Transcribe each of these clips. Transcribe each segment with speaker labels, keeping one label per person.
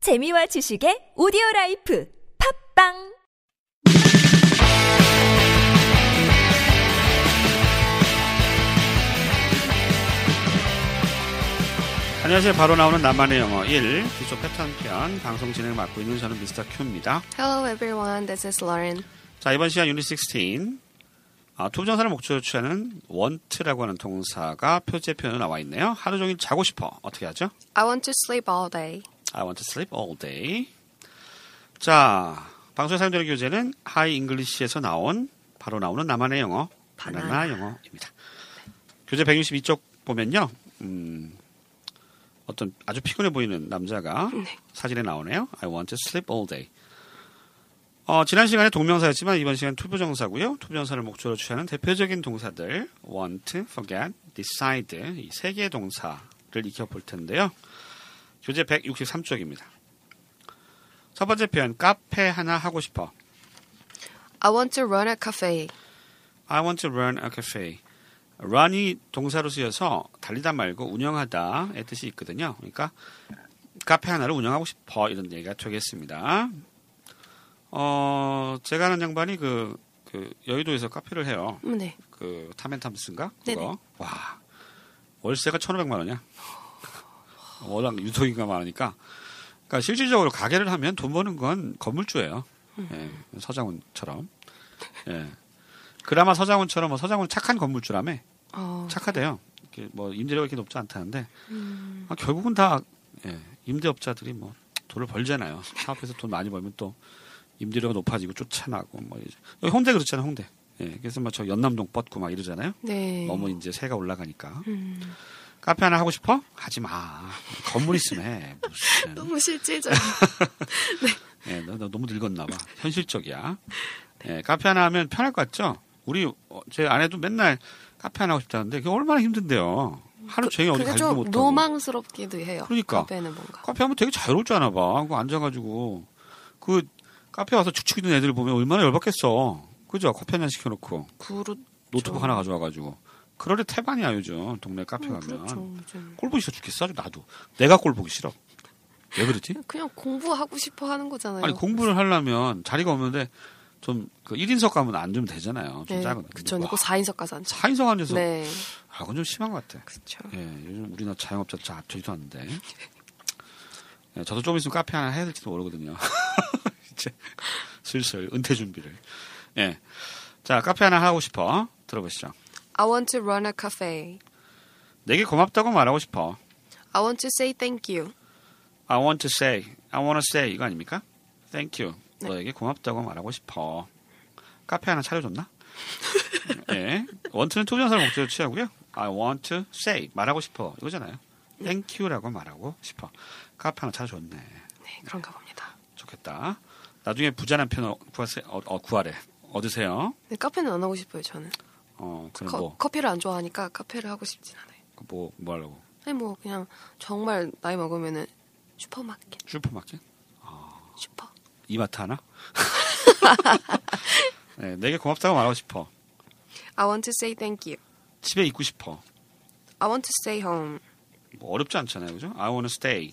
Speaker 1: 재미와 지식의 오디오 라이프 팝빵
Speaker 2: 안녕하세요. 바로 나오는 나만의 영어 1 기초 패턴 편 방송 진행을 맡고 있는 저는 미스터 큐입니다.
Speaker 3: Hello everyone, this is Lauren.
Speaker 2: 자 이번 시간 유닛 16 아, 투부정사를 목적으로 취하는 want라고 하는 동사가 표제표현으로 나와 있네요. 하루 종일 자고 싶어. 어떻게 하죠?
Speaker 3: I want to sleep all day.
Speaker 2: I want to sleep all day. 자 방송에 사용되는 교재는 하이 잉글리시에서 나온 바로 나오는 나만의 영어 바나나, 영어입니다. 교재 162쪽 보면요. 음, 어떤 아주 피곤해 보이는 남자가 사진에 나오네요. I want to sleep all day. 어, 지난 시간에 동명사였지만 이번 시간 투부정사고요. 투부정사를 목적으로 취하는 대표적인 동사들 want, forget, decide 이 세 개의 동사를 익혀볼 텐데요. 교재 163쪽입니다. 첫 번째 표현 카페 하나 하고 싶어.
Speaker 3: I want to run a cafe.
Speaker 2: I want to run a cafe. run이 동사로 쓰여서 달리다 말고 운영하다의 뜻이 있거든요. 그러니까 카페 하나를 운영하고 싶어 이런 얘기가 되겠습니다. 어, 제가 아는 양반이 그, 그 여의도에서 카페를 해요.
Speaker 3: 음, 네.
Speaker 2: 그 탐앤탐스인가? 그거.
Speaker 3: 네네.
Speaker 2: 와. 월세가 1,500만 원이야. 워낙 유통인가 많으니까. 그러니까 실질적으로 가게를 하면 돈 버는 건 건물주예요. 예, 서장훈처럼. 예. 그나마 서장훈처럼 뭐 서장훈 착한 건물주라며
Speaker 3: 어,
Speaker 2: 착하대요. 이렇게 뭐 임대료가 이렇게 높지 않다는데 아, 결국은 다 예, 임대업자들이 뭐 돈을 벌잖아요. 사업에서 돈 많이 벌면 또 임대료가 높아지고 쫓아나고 뭐 이제. 여기 홍대 그렇잖아요. 홍대. 예, 그래서 막 저 연남동 뻗고 막 이러잖아요.
Speaker 3: 네.
Speaker 2: 너무 이제 새가 올라가니까. 카페 하나 하고 싶어? 하지 마. 건물 있으면 해. 무슨.
Speaker 3: 너무 실질적인.
Speaker 2: 예, 너, 너 너무 늙었나 봐. 현실적이야.
Speaker 3: 네.
Speaker 2: 예, 카페 하나 하면 편할 것 같죠? 우리 어, 제 아내도 맨날 카페 하나 하고 싶다는데 그게 얼마나 힘든데요. 하루 종일 어디
Speaker 3: 그게
Speaker 2: 가지도
Speaker 3: 좀
Speaker 2: 못하고.
Speaker 3: 로망스럽기도 해요.
Speaker 2: 그러니까.
Speaker 3: 카페는 뭔가.
Speaker 2: 카페 하면 되게 자유로울 줄 아나 봐. 그거 앉아가지고 그 카페 와서 축축 있는 애들 보면 얼마나 열받겠어. 그죠? 커피 한 잔 시켜놓고
Speaker 3: 그렇죠.
Speaker 2: 노트북 하나 가져와가지고 그러래 태반이야 요즘 동네 카페 가면.
Speaker 3: 그렇죠. 요즘.
Speaker 2: 꼴 보기 싫어 죽겠어. 아주 나도. 내가 꼴 보기 싫어. 왜 그러지?
Speaker 3: 그냥 공부하고 싶어 하는 거잖아요.
Speaker 2: 아니 공부를 하려면 자리가 없는데 좀 그 1인석 가면 앉으면 되잖아요. 좀
Speaker 3: 네.
Speaker 2: 작은.
Speaker 3: 그쵸.
Speaker 2: 와,
Speaker 3: 이거 4인석 가서 앉죠.
Speaker 2: 4인석 앉아서
Speaker 3: 네.
Speaker 2: 아, 그건 좀 심한 것 같아.
Speaker 3: 그쵸.
Speaker 2: 예, 요즘 우리나라 자영업자 잘 되지도 않는데. 예, 저도 좀 있으면 카페 하나 해야 될지도 모르거든요. 이제 슬슬 은퇴 준비를. 예. 자, 카페 하나 하고 싶어. 들어보시죠.
Speaker 3: I want to run a cafe.
Speaker 2: 내게 고맙다고 말하고 싶어.
Speaker 3: I want to say thank you.
Speaker 2: I want to say, I want to say 이거 아닙니까? Thank you. 너에게 고맙다고 말하고 싶어. 카페 하나 차려줬나? 예. 원투는 투정사를 목적으로 취하고요. I want to say 말하고 싶어 이거잖아요. Thank you라고 말하고 싶어. 카페 하나 차려줬네.
Speaker 3: 네, 그런가 봅니다.
Speaker 2: 좋겠다. 나중에 부자 남편 어, 구하세, 어, 어, 구하래. 얻으세요.
Speaker 3: 네, 카페는 안 하고 싶어요, 저는.
Speaker 2: 어, 그럼
Speaker 3: 커,
Speaker 2: 뭐,
Speaker 3: 커피를 안 좋아하니까 카페를 하고 싶진 않아요.
Speaker 2: 뭐, 뭐 하려고?
Speaker 3: 아니 뭐 그냥 정말 나이 먹으면은 슈퍼마켓
Speaker 2: 슈퍼마켓?
Speaker 3: 슈퍼
Speaker 2: 이마트 하나? 네, 내게 고맙다고 말하고 싶어.
Speaker 3: I want to say thank you
Speaker 2: 집에 있고 싶어.
Speaker 3: I want to stay home
Speaker 2: 뭐 어렵지 않잖아요, 그죠? I want to stay.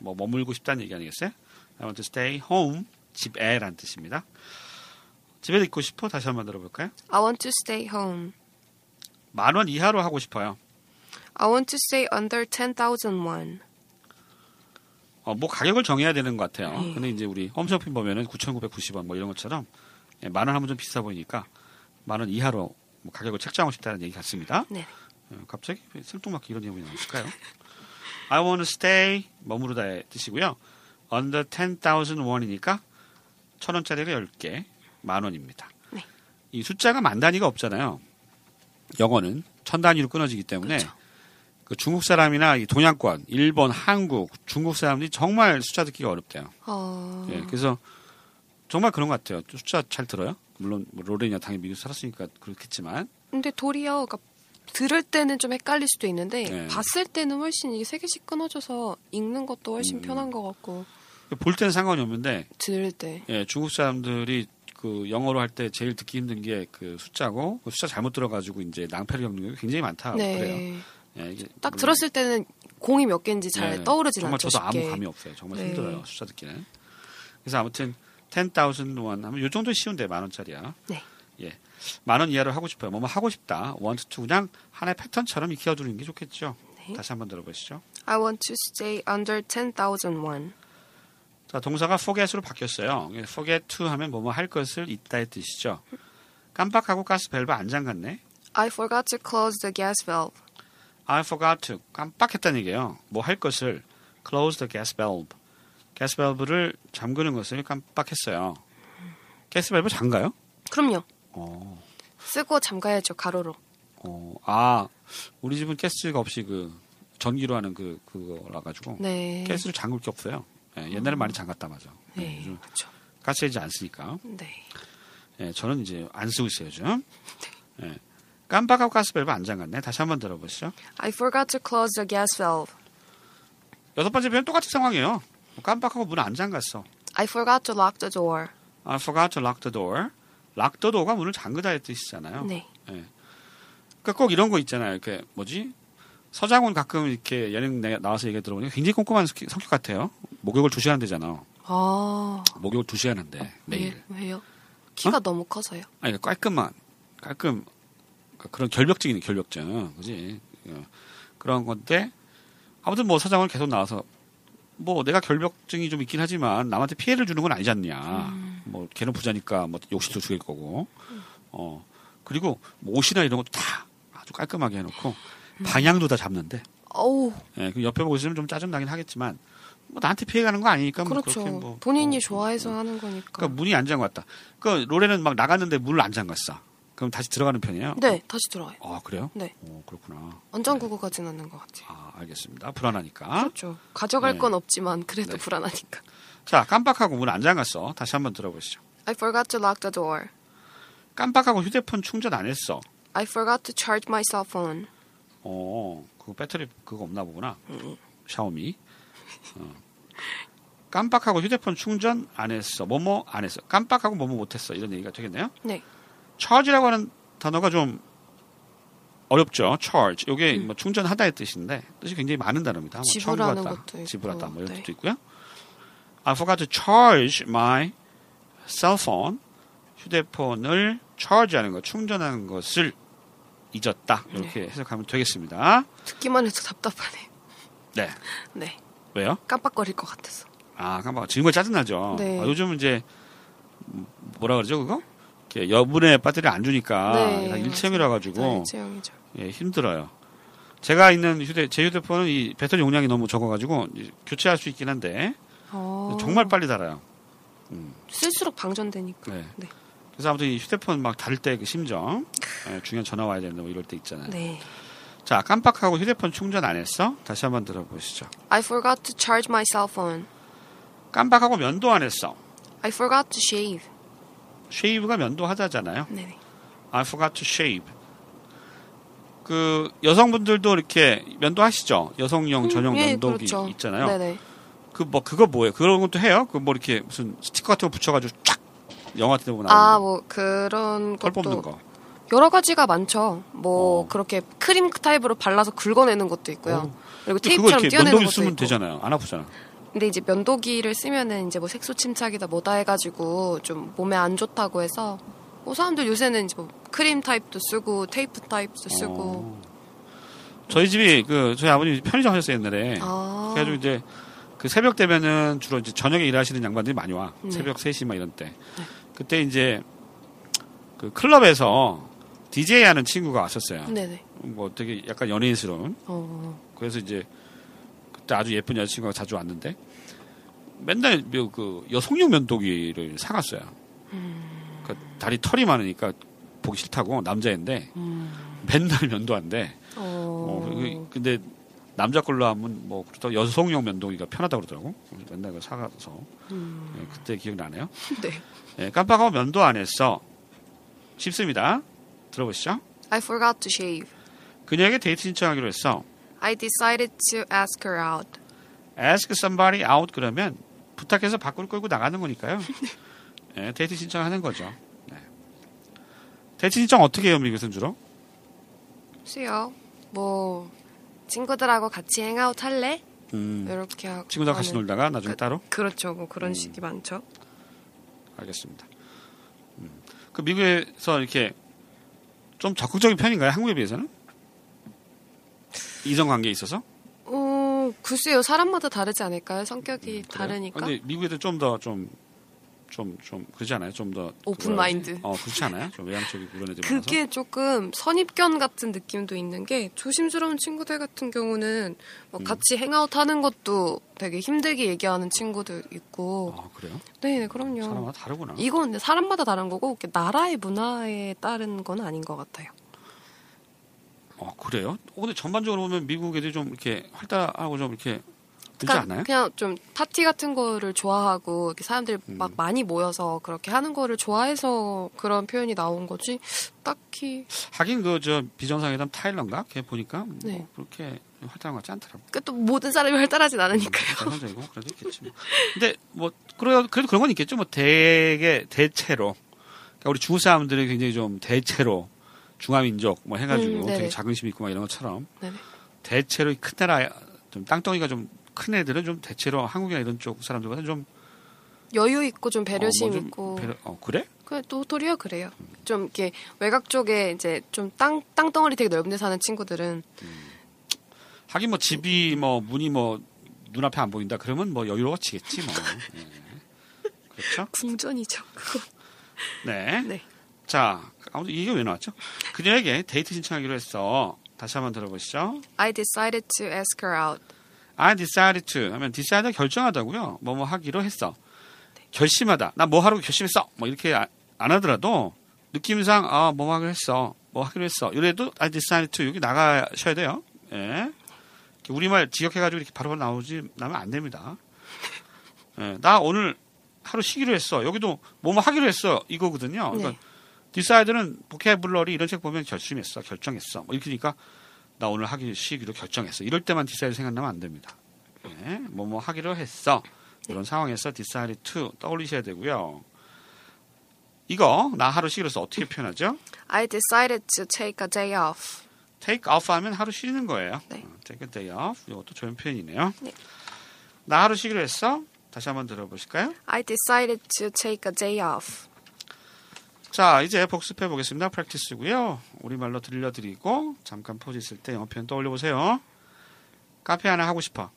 Speaker 2: 뭐 머물고 싶다는 얘기 아니겠어요? I want to stay home. 집에란 뜻입니다. 집에 있고 싶어? 다시 한번 들어볼까요?
Speaker 3: I want to stay home
Speaker 2: 만 원 이하로 하고 싶어요.
Speaker 3: I want to stay under 10,000 won
Speaker 2: 어, 뭐 가격을 정해야 되는 것 같아요.
Speaker 3: 예.
Speaker 2: 근데 이제 우리 홈쇼핑 보면은 9,990원 뭐 이런 것처럼 예, 만원 하면 좀 비싸 보이니까 만 원 이하로 뭐 가격을 책정하고 싶다는 얘기 같습니다.
Speaker 3: 네
Speaker 2: 예, 갑자기 왜 생뚱맞게 이런 내용이 나왔을까요? I want to stay 머무르다의 뜻이고요. Under 10,000 원이니까 천 원짜리가 10개, 만 원입니다.
Speaker 3: 네.
Speaker 2: 이 숫자가 만 단위가 없잖아요. 영어는 천 단위로 끊어지기 때문에
Speaker 3: 그렇죠.
Speaker 2: 그 중국 사람이나 이 동양권, 일본, 한국, 중국 사람들이 정말 숫자 듣기가 어렵대요.
Speaker 3: 어...
Speaker 2: 예, 그래서 정말 그런 것 같아요. 숫자 잘 들어요? 물론 뭐 로렌이나 당연히 미국 살았으니까 그렇겠지만
Speaker 3: 근데 도리어 그러니까 들을 때는 좀 헷갈릴 수도 있는데
Speaker 2: 네.
Speaker 3: 봤을 때는 훨씬 이게 세 개씩 끊어져서 읽는 것도 훨씬
Speaker 2: 음.
Speaker 3: 편한 것 같고
Speaker 2: 볼 때는 상관이 없는데
Speaker 3: 들을 때
Speaker 2: 예, 중국 사람들이 그 영어로 할 때 제일 듣기 힘든 게 그 숫자고 그 숫자 잘못 들어가지고 이제 낭패를 겪는 게 굉장히 많다 고 그래요.
Speaker 3: 네.
Speaker 2: 예, 이게
Speaker 3: 딱
Speaker 2: 물론
Speaker 3: 들었을 때는 공이 몇 개인지 잘
Speaker 2: 네,
Speaker 3: 떠오르진
Speaker 2: 정말
Speaker 3: 않죠.
Speaker 2: 저도
Speaker 3: 쉽게.
Speaker 2: 아무 감이 없어요. 정말
Speaker 3: 네.
Speaker 2: 힘들어요. 숫자 듣기는. 그래서 아무튼 10,000 원 하면 요 정도 쉬운데 만 원짜리야.
Speaker 3: 네.
Speaker 2: 예. 만 원 이하를 하고 싶어요. 뭐뭐 하고 싶다. 원투 투 그냥 하나의 패턴처럼 익혀 두는 게 좋겠죠.
Speaker 3: 네.
Speaker 2: 다시 한번 들어보시죠.
Speaker 3: I want to stay under 10,000 won.
Speaker 2: 자, 동사가 forget으로 바뀌었어요. 예, forget to 하면 뭐뭐 할 것을 있다의 뜻이죠. 깜빡하고 가스 밸브 안 잠갔네.
Speaker 3: I forgot to close the gas valve.
Speaker 2: I forgot to 깜빡했다는 얘기예요. 뭐 할 것을 close the gas valve. 가스 밸브를 잠그는 것을 깜빡했어요. 가스 밸브 잠가요?
Speaker 3: 그럼요.
Speaker 2: 어.
Speaker 3: 쓰고 잠가야죠. 가로로.
Speaker 2: 어, 아, 우리 집은 가스가 없이 그 전기로 하는 그 그거라 가지고
Speaker 3: 네.
Speaker 2: 가스를 잠글 게 없어요. 예, 옛날에 많이 잠갔다 맞아. 예,
Speaker 3: 네.
Speaker 2: 요즘
Speaker 3: 그렇죠.
Speaker 2: 가스 이제 안 쓰니까.
Speaker 3: 네.
Speaker 2: 예, 저는 이제 안 쓰고 있어요 요즘. 예, 깜빡하고 가스 밸브 안 잠갔네. 다시 한번 들어보시죠.
Speaker 3: I forgot to close the gas valve.
Speaker 2: 여섯 번째 표현 똑같은 상황이에요. 깜빡하고 문 안 잠갔어.
Speaker 3: I forgot to lock the door.
Speaker 2: I forgot to lock the door. lock the door가 문을 잠그다의 뜻이잖아요.
Speaker 3: 네.
Speaker 2: 그러니까 꼭 이런 거 있잖아요. 이렇게 뭐지? 서장훈 가끔 이렇게 예능 내- 나와서 얘기 들어보니까 굉장히 꼼꼼한 성- 성격 같아요. 목욕을 두 시간 되잖아.
Speaker 3: 아.
Speaker 2: 목욕을 두 시간 한대 매일. 어?
Speaker 3: 왜, 왜요? 키가 너무 커서요.
Speaker 2: 아니 그러니까 깔끔한 깔끔 그러니까 그런 결벽증이네 결벽증 그지 어, 그런 건데 아무튼 뭐 사장은 계속 나와서 뭐 내가 결벽증이 좀 있긴 하지만 남한테 피해를 주는 건 아니지 않냐
Speaker 3: 음.
Speaker 2: 뭐 걔는 부자니까 뭐 욕심도 죽일 거고 어 그리고 뭐 옷이나 이런 것도 다 아주 깔끔하게 해놓고
Speaker 3: 음.
Speaker 2: 방향도 다 잡는데
Speaker 3: 어우.
Speaker 2: 예, 그 옆에 보고 있으면 좀 짜증 나긴 하겠지만 뭐 나한테 피해 가는 거 아니니까 뭐
Speaker 3: 그렇죠.
Speaker 2: 그렇게 뭐
Speaker 3: 본인이
Speaker 2: 어,
Speaker 3: 좋아해서 하는 거니까.
Speaker 2: 그러니까 문이 안 잠갔다. 그 로레는 막 나갔는데 문을 안 잠갔어. 그럼 다시 들어가는 편이에요?
Speaker 3: 네, 다시 들어와요.
Speaker 2: 아 그래요?
Speaker 3: 네.
Speaker 2: 오 그렇구나.
Speaker 3: 완전 구고 가진 않는 것 같아요.
Speaker 2: 아 알겠습니다. 불안하니까.
Speaker 3: 그렇죠. 가져갈
Speaker 2: 네.
Speaker 3: 건 없지만 그래도
Speaker 2: 네.
Speaker 3: 불안하니까.
Speaker 2: 자 깜빡하고 문 안 잠갔어. 다시 한번 들어보시죠.
Speaker 3: I forgot to lock the door.
Speaker 2: 깜빡하고 휴대폰 충전 안 했어.
Speaker 3: I forgot to charge my cell phone.
Speaker 2: 어 그거 배터리 그거 없나 보구나. 샤오미. 어. 깜빡하고 휴대폰 충전 안 했어. 뭐뭐 안 했어. 깜빡하고 뭐뭐 못 했어. 이런 얘기가 되겠네요.
Speaker 3: 네.
Speaker 2: charge라고 하는 단어가 좀 어렵죠. charge. 요게 뭐 충전하다의 뜻인데 뜻이 굉장히 많은 단어입니다. 뭐
Speaker 3: 음. 지불하는
Speaker 2: 청구하다,
Speaker 3: 것도 있고,
Speaker 2: 지불하다 뭐 이런
Speaker 3: 네.
Speaker 2: 것도 있고요. I forgot to charge my cell phone. 휴대폰을 charge하는 것, 충전하는 것을 잊었다. 이렇게
Speaker 3: 네.
Speaker 2: 해석하면 되겠습니다.
Speaker 3: 듣기만 해도 답답하네요.
Speaker 2: 네.
Speaker 3: 네.
Speaker 2: 왜요?
Speaker 3: 깜빡거릴 것 같아서.
Speaker 2: 아, 깜빡. 지금 거 짜증나죠.
Speaker 3: 네.
Speaker 2: 아, 요즘 이제 뭐라 그러죠, 그거? 이렇게 여분의 배터리 안 주니까
Speaker 3: 네,
Speaker 2: 다 일체미라
Speaker 3: 네,
Speaker 2: 가지고
Speaker 3: 지영이죠.
Speaker 2: 예, 힘들어요. 제가 있는 휴대 제 휴대폰은 이 배터리 용량이 너무 적어가지고 이제 교체할 수 있긴 한데
Speaker 3: 어,
Speaker 2: 정말 빨리 닳아요.
Speaker 3: 쓸수록 방전되니까.
Speaker 2: 네.
Speaker 3: 네.
Speaker 2: 그래서 아무튼 이 휴대폰 막 닳을 때 그 심정, 예, 중요한 전화 와야 되는데 뭐 이럴 때 있잖아요.
Speaker 3: 네.
Speaker 2: 자 깜빡하고 휴대폰 충전 안 했어? 다시 한번 들어보시죠.
Speaker 3: I forgot to charge my cell phone.
Speaker 2: 깜빡하고 면도 안 했어.
Speaker 3: I forgot to shave.
Speaker 2: 쉐이브가 면도하다잖아요.
Speaker 3: 네. 네.
Speaker 2: I forgot to shave. 그 여성분들도 이렇게 면도하시죠. 여성용 전용
Speaker 3: 예,
Speaker 2: 면도기
Speaker 3: 그렇죠.
Speaker 2: 있잖아요.
Speaker 3: 네네.
Speaker 2: 그 뭐 그거 뭐예요? 그런 것도 해요? 그 뭐 이렇게 무슨 스티커 같은 거 붙여가지고 쫙 영화 같은 데 보면
Speaker 3: 아,
Speaker 2: 나오는
Speaker 3: 뭐 그런
Speaker 2: 거. 털 뽑는
Speaker 3: 것도
Speaker 2: 거.
Speaker 3: 여러 가지가 많죠. 뭐
Speaker 2: 어.
Speaker 3: 그렇게 크림 타입으로 발라서 긁어내는 것도 있고요.
Speaker 2: 어.
Speaker 3: 그리고
Speaker 2: 근데 그거
Speaker 3: 테이프처럼
Speaker 2: 이렇게
Speaker 3: 떼어내는
Speaker 2: 면도기
Speaker 3: 것도
Speaker 2: 쓰면
Speaker 3: 있고.
Speaker 2: 되잖아요. 안 아프잖아.
Speaker 3: 근데 이제 면도기를 쓰면은 이제 뭐 색소 침착이다 뭐다 해가지고 좀 몸에 안 좋다고 해서 뭐 사람들 요새는 이제 뭐 크림 타입도 쓰고 테이프 타입도 쓰고
Speaker 2: 어. 저희 집이 그 저희 아버님 편의점 하셨어요 옛날에.
Speaker 3: 아
Speaker 2: 그래가지고 이제 그 새벽 되면은 주로 이제 저녁에 일하시는 양반들이 많이 와.
Speaker 3: 네.
Speaker 2: 새벽 3시 막 이런 때. 그때 이제 그 클럽에서 DJ 하는 친구가 왔었어요.
Speaker 3: 네네
Speaker 2: 뭐 되게 약간 연예인스러운.
Speaker 3: 어
Speaker 2: 그래서 이제 그때 아주 예쁜 여자친구가 자주 왔는데 맨날 묘- 그 여성용 면도기를 사갔어요. 그 다리 털이 많으니까 보기 싫다고 남자인데 맨날 면도한대. 어, 그- 근데 남자 걸로 하면 뭐 그렇다 여성용 면도기가 편하다 고 그러더라고. 그래서 맨날 그 사가서 예, 그때 기억나네요.
Speaker 3: 네
Speaker 2: 예, 깜빡하고 면도 안 했어. 쉽습니다. 들어보시죠.
Speaker 3: I forgot to shave.
Speaker 2: 그녀에게 데이트 신청하기로 했어.
Speaker 3: I decided to ask her out.
Speaker 2: ask somebody out 그러면 부탁해서 밖으로 끌고 나가는 거니까요. 예, 데이트 신청하는 거죠. 네. 데이트 신청 어떻게 해요, 미국에서는 주로?
Speaker 3: 수요 뭐 친구들하고 같이 행아웃 할래?
Speaker 2: 음,
Speaker 3: 이렇게 하고
Speaker 2: 친구들 같이
Speaker 3: 하는-
Speaker 2: 놀다가 음. 나중에
Speaker 3: 그-
Speaker 2: 따로?
Speaker 3: 그렇죠. 뭐 그런 식이 많죠.
Speaker 2: 알겠습니다. 음. 그 미국에서 이렇게 좀 적극적인 편인가요? 한국에 비해서는? 이성 관계에 있어서?
Speaker 3: 어, 글쎄요. 사람마다 다르지 않을까요? 성격이 다르니까.
Speaker 2: 음, 아, 근데 미국에도 좀 더 좀 좀 좀 그러지 않아요? 좀 더
Speaker 3: 오픈
Speaker 2: 그거라지?
Speaker 3: 마인드.
Speaker 2: 어 그렇지 않아요? 좀 외향적이 그런 애들 많아서.
Speaker 3: 그게 조금 선입견 같은 느낌도 있는 게 조심스러운 친구들 같은 경우는 뭐
Speaker 2: 음.
Speaker 3: 같이 행아웃 하는 것도 되게 힘들게 얘기하는 친구들 있고.
Speaker 2: 아 그래요?
Speaker 3: 네, 네, 그럼요.
Speaker 2: 사람마다 다르구나.
Speaker 3: 이건 근데 사람마다 다른 거고 이렇게 나라의 문화에 따른 건 아닌 것 같아요.
Speaker 2: 어 그래요? 어, 근데 전반적으로 보면 미국 애들이 좀 이렇게 활달하고 좀 이렇게 그렇지
Speaker 3: 그러니까
Speaker 2: 않아요?
Speaker 3: 그냥 좀 파티 같은 거를 좋아하고 이렇게 사람들이
Speaker 2: 음.
Speaker 3: 막 많이 모여서 그렇게 하는 거를 좋아해서 그런 표현이 나온 거지 딱히
Speaker 2: 하긴 그 저 비정상회담 타일런가? 걔 보니까 뭐
Speaker 3: 네.
Speaker 2: 그렇게 활달한 것 같지 않더라고.
Speaker 3: 그또 모든 사람이 활달하진 않으니까요.
Speaker 2: 대상적이고 그래도 있겠지. 뭐. 근데 뭐 그래 그래도 그런 건 있겠죠. 뭐 되게 대체로 그러니까 우리 중국 사람들이 굉장히 좀 대체로 중화민족 뭐 해가지고
Speaker 3: 음, 네네.
Speaker 2: 되게 자긍심 있고 막 이런 것처럼
Speaker 3: 네네.
Speaker 2: 대체로 이큰 나라 좀 땅덩이가 좀 큰 애들은 좀 대체로 한국이나 이런 쪽 사람들보다 좀
Speaker 3: 여유 있고 좀
Speaker 2: 어,
Speaker 3: 배려심
Speaker 2: 뭐좀
Speaker 3: 있고
Speaker 2: 배려- 어 그래?
Speaker 3: 그래 또 도리어 그래요. 좀 이렇게 외곽 쪽에 이제 좀 땅 땅덩어리 되게 넓은 데 사는 친구들은
Speaker 2: 하긴 뭐 집이 뭐 문이 뭐 눈앞에 안 보인다 그러면 뭐 여유로워지겠지 뭐. 예. 그렇죠?
Speaker 3: 궁전이죠. 그거.
Speaker 2: 네.
Speaker 3: 네.
Speaker 2: 자, 아무튼 이게 왜 나왔죠? 그녀에게 데이트 신청하기로 했어. 다시 한번 들어보시죠.
Speaker 3: I decided to ask her out.
Speaker 2: I decided to 아, 하면 decide 결정하다고요. 뭐 뭐 하기로 했어. 결심하다. 나 뭐 하라고 결심했어. 뭐 이렇게 아- 안 하더라도 느낌상 아, 뭐 하기로 했어. 뭐 하기로 했어. 이래도 I decided to 여기 나가셔야 돼요. 예. 이렇게 우리말 지역해 가지고 이렇게 바로 나오지 나면 안 됩니다. 예. 나 오늘 하루 쉬기로 했어. 여기도 뭐 뭐 하기로 했어. 이거거든요. 그러니까
Speaker 3: 네.
Speaker 2: 디사이드는 보케블러리 이런 책 보면 결심했어, 결정했어. 뭐 이렇게 되니까 나 오늘 하기 쉬기로 결정했어. 이럴 때만 디사이드 생각나면 안 됩니다. 네, 뭐뭐 하기로 했어. 이런 상황에서 디사이드 to 떠올리셔야 되고요. 이거 나 하루 쉬기로서 어떻게 표현하죠?
Speaker 3: I decided to take a day off.
Speaker 2: take off 하면 하루 쉬는 거예요.
Speaker 3: 네.
Speaker 2: 어, take a day off. 이것도 좋은 표현이네요.
Speaker 3: 네.
Speaker 2: 나 하루 쉬기로 했어. 다시 한번 들어보실까요?
Speaker 3: I decided to take a day off.
Speaker 2: 자, 이제 복습해 보겠습니다. 프랙티스고요. 우리말로 들려드리고 잠깐 포즈 있을 때 영어 표현 떠올려 보세요. 카페 하나 하고 싶어.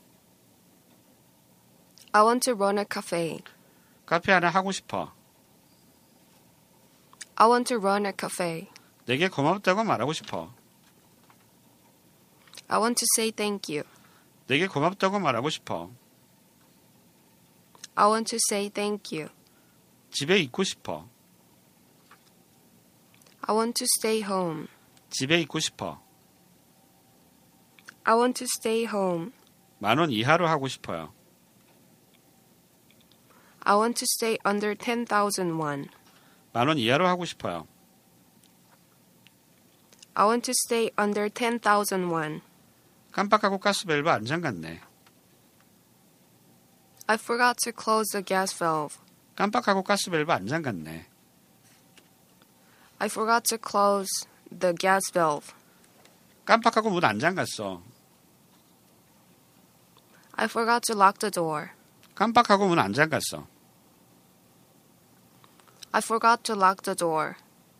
Speaker 3: I want to run a cafe.
Speaker 2: 카페 하나 하고 싶어.
Speaker 3: I want to run a cafe.
Speaker 2: 내게 고맙다고 말하고 싶어.
Speaker 3: I want to say thank you.
Speaker 2: 내게 고맙다고 말하고 싶어.
Speaker 3: I want to say thank you.
Speaker 2: 집에 있고 싶어.
Speaker 3: I want to stay home.
Speaker 2: 집에 있고 싶어.
Speaker 3: I want to stay home.
Speaker 2: 만 원 이하로 하고 싶어요.
Speaker 3: I want to stay under 10,000 won.
Speaker 2: 만 원 이하로 하고 싶어요.
Speaker 3: I want to stay under 10,000 won.
Speaker 2: 깜빡하고 가스밸브 안장 갔네.
Speaker 3: I forgot to close the gas valve.
Speaker 2: 깜빡하고 가스밸브 안장 갔네.
Speaker 3: I forgot to close the gas valve.
Speaker 2: 깜빡하고 문 안장 갔어.
Speaker 3: I forgot to lock the door.
Speaker 2: 깜빡하고 문 안장 갔어.
Speaker 3: I forgot to lock the door.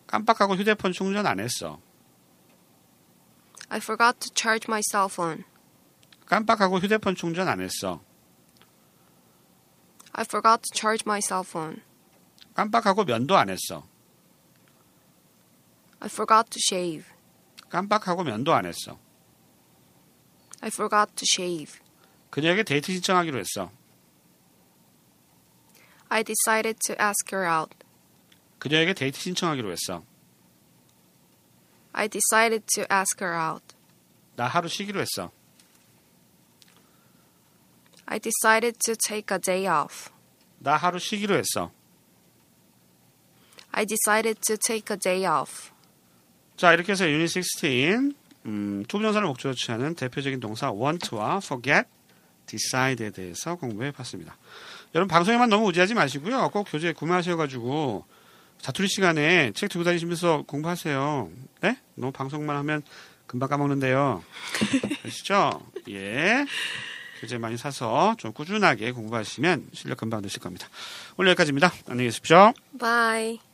Speaker 2: 깜빡하고 휴대폰 충전 안 했어.
Speaker 3: I forgot to charge my cell phone.
Speaker 2: 깜빡하고 휴대폰 충전 안 했어.
Speaker 3: I forgot to charge my cell phone.
Speaker 2: 깜빡하고 면도 안 했어.
Speaker 3: I forgot to shave.
Speaker 2: 깜빡하고 면도 안 했어.
Speaker 3: I forgot to shave.
Speaker 2: 그녀에게 데이트 신청하기로 했어.
Speaker 3: I decided to ask her out.
Speaker 2: 그녀에게 데이트 신청하기로 했어.
Speaker 3: I decided to ask her out.
Speaker 2: 나 하루 쉬기로 했어.
Speaker 3: I decided to take a day off.
Speaker 2: 나 하루 쉬기로 했어.
Speaker 3: I decided to take a day off.
Speaker 2: 자, 이렇게 해서 유닛 16, 음, 초부정사를 목적으로 취하는 대표적인 동사 want와 forget, decide에 대해서 공부해 봤습니다. 여러분, 방송에만 너무 의지하지 마시고요. 꼭 교재 구매하셔가지고, 자투리 시간에 책 들고 다니시면서 공부하세요. 네? 너무 방송만 하면 금방 까먹는데요. 아시죠? 예. 교재 많이 사서 좀 꾸준하게 공부하시면 실력 금방 되실 겁니다. 오늘 여기까지입니다. 안녕히 계십시오.
Speaker 3: 바이.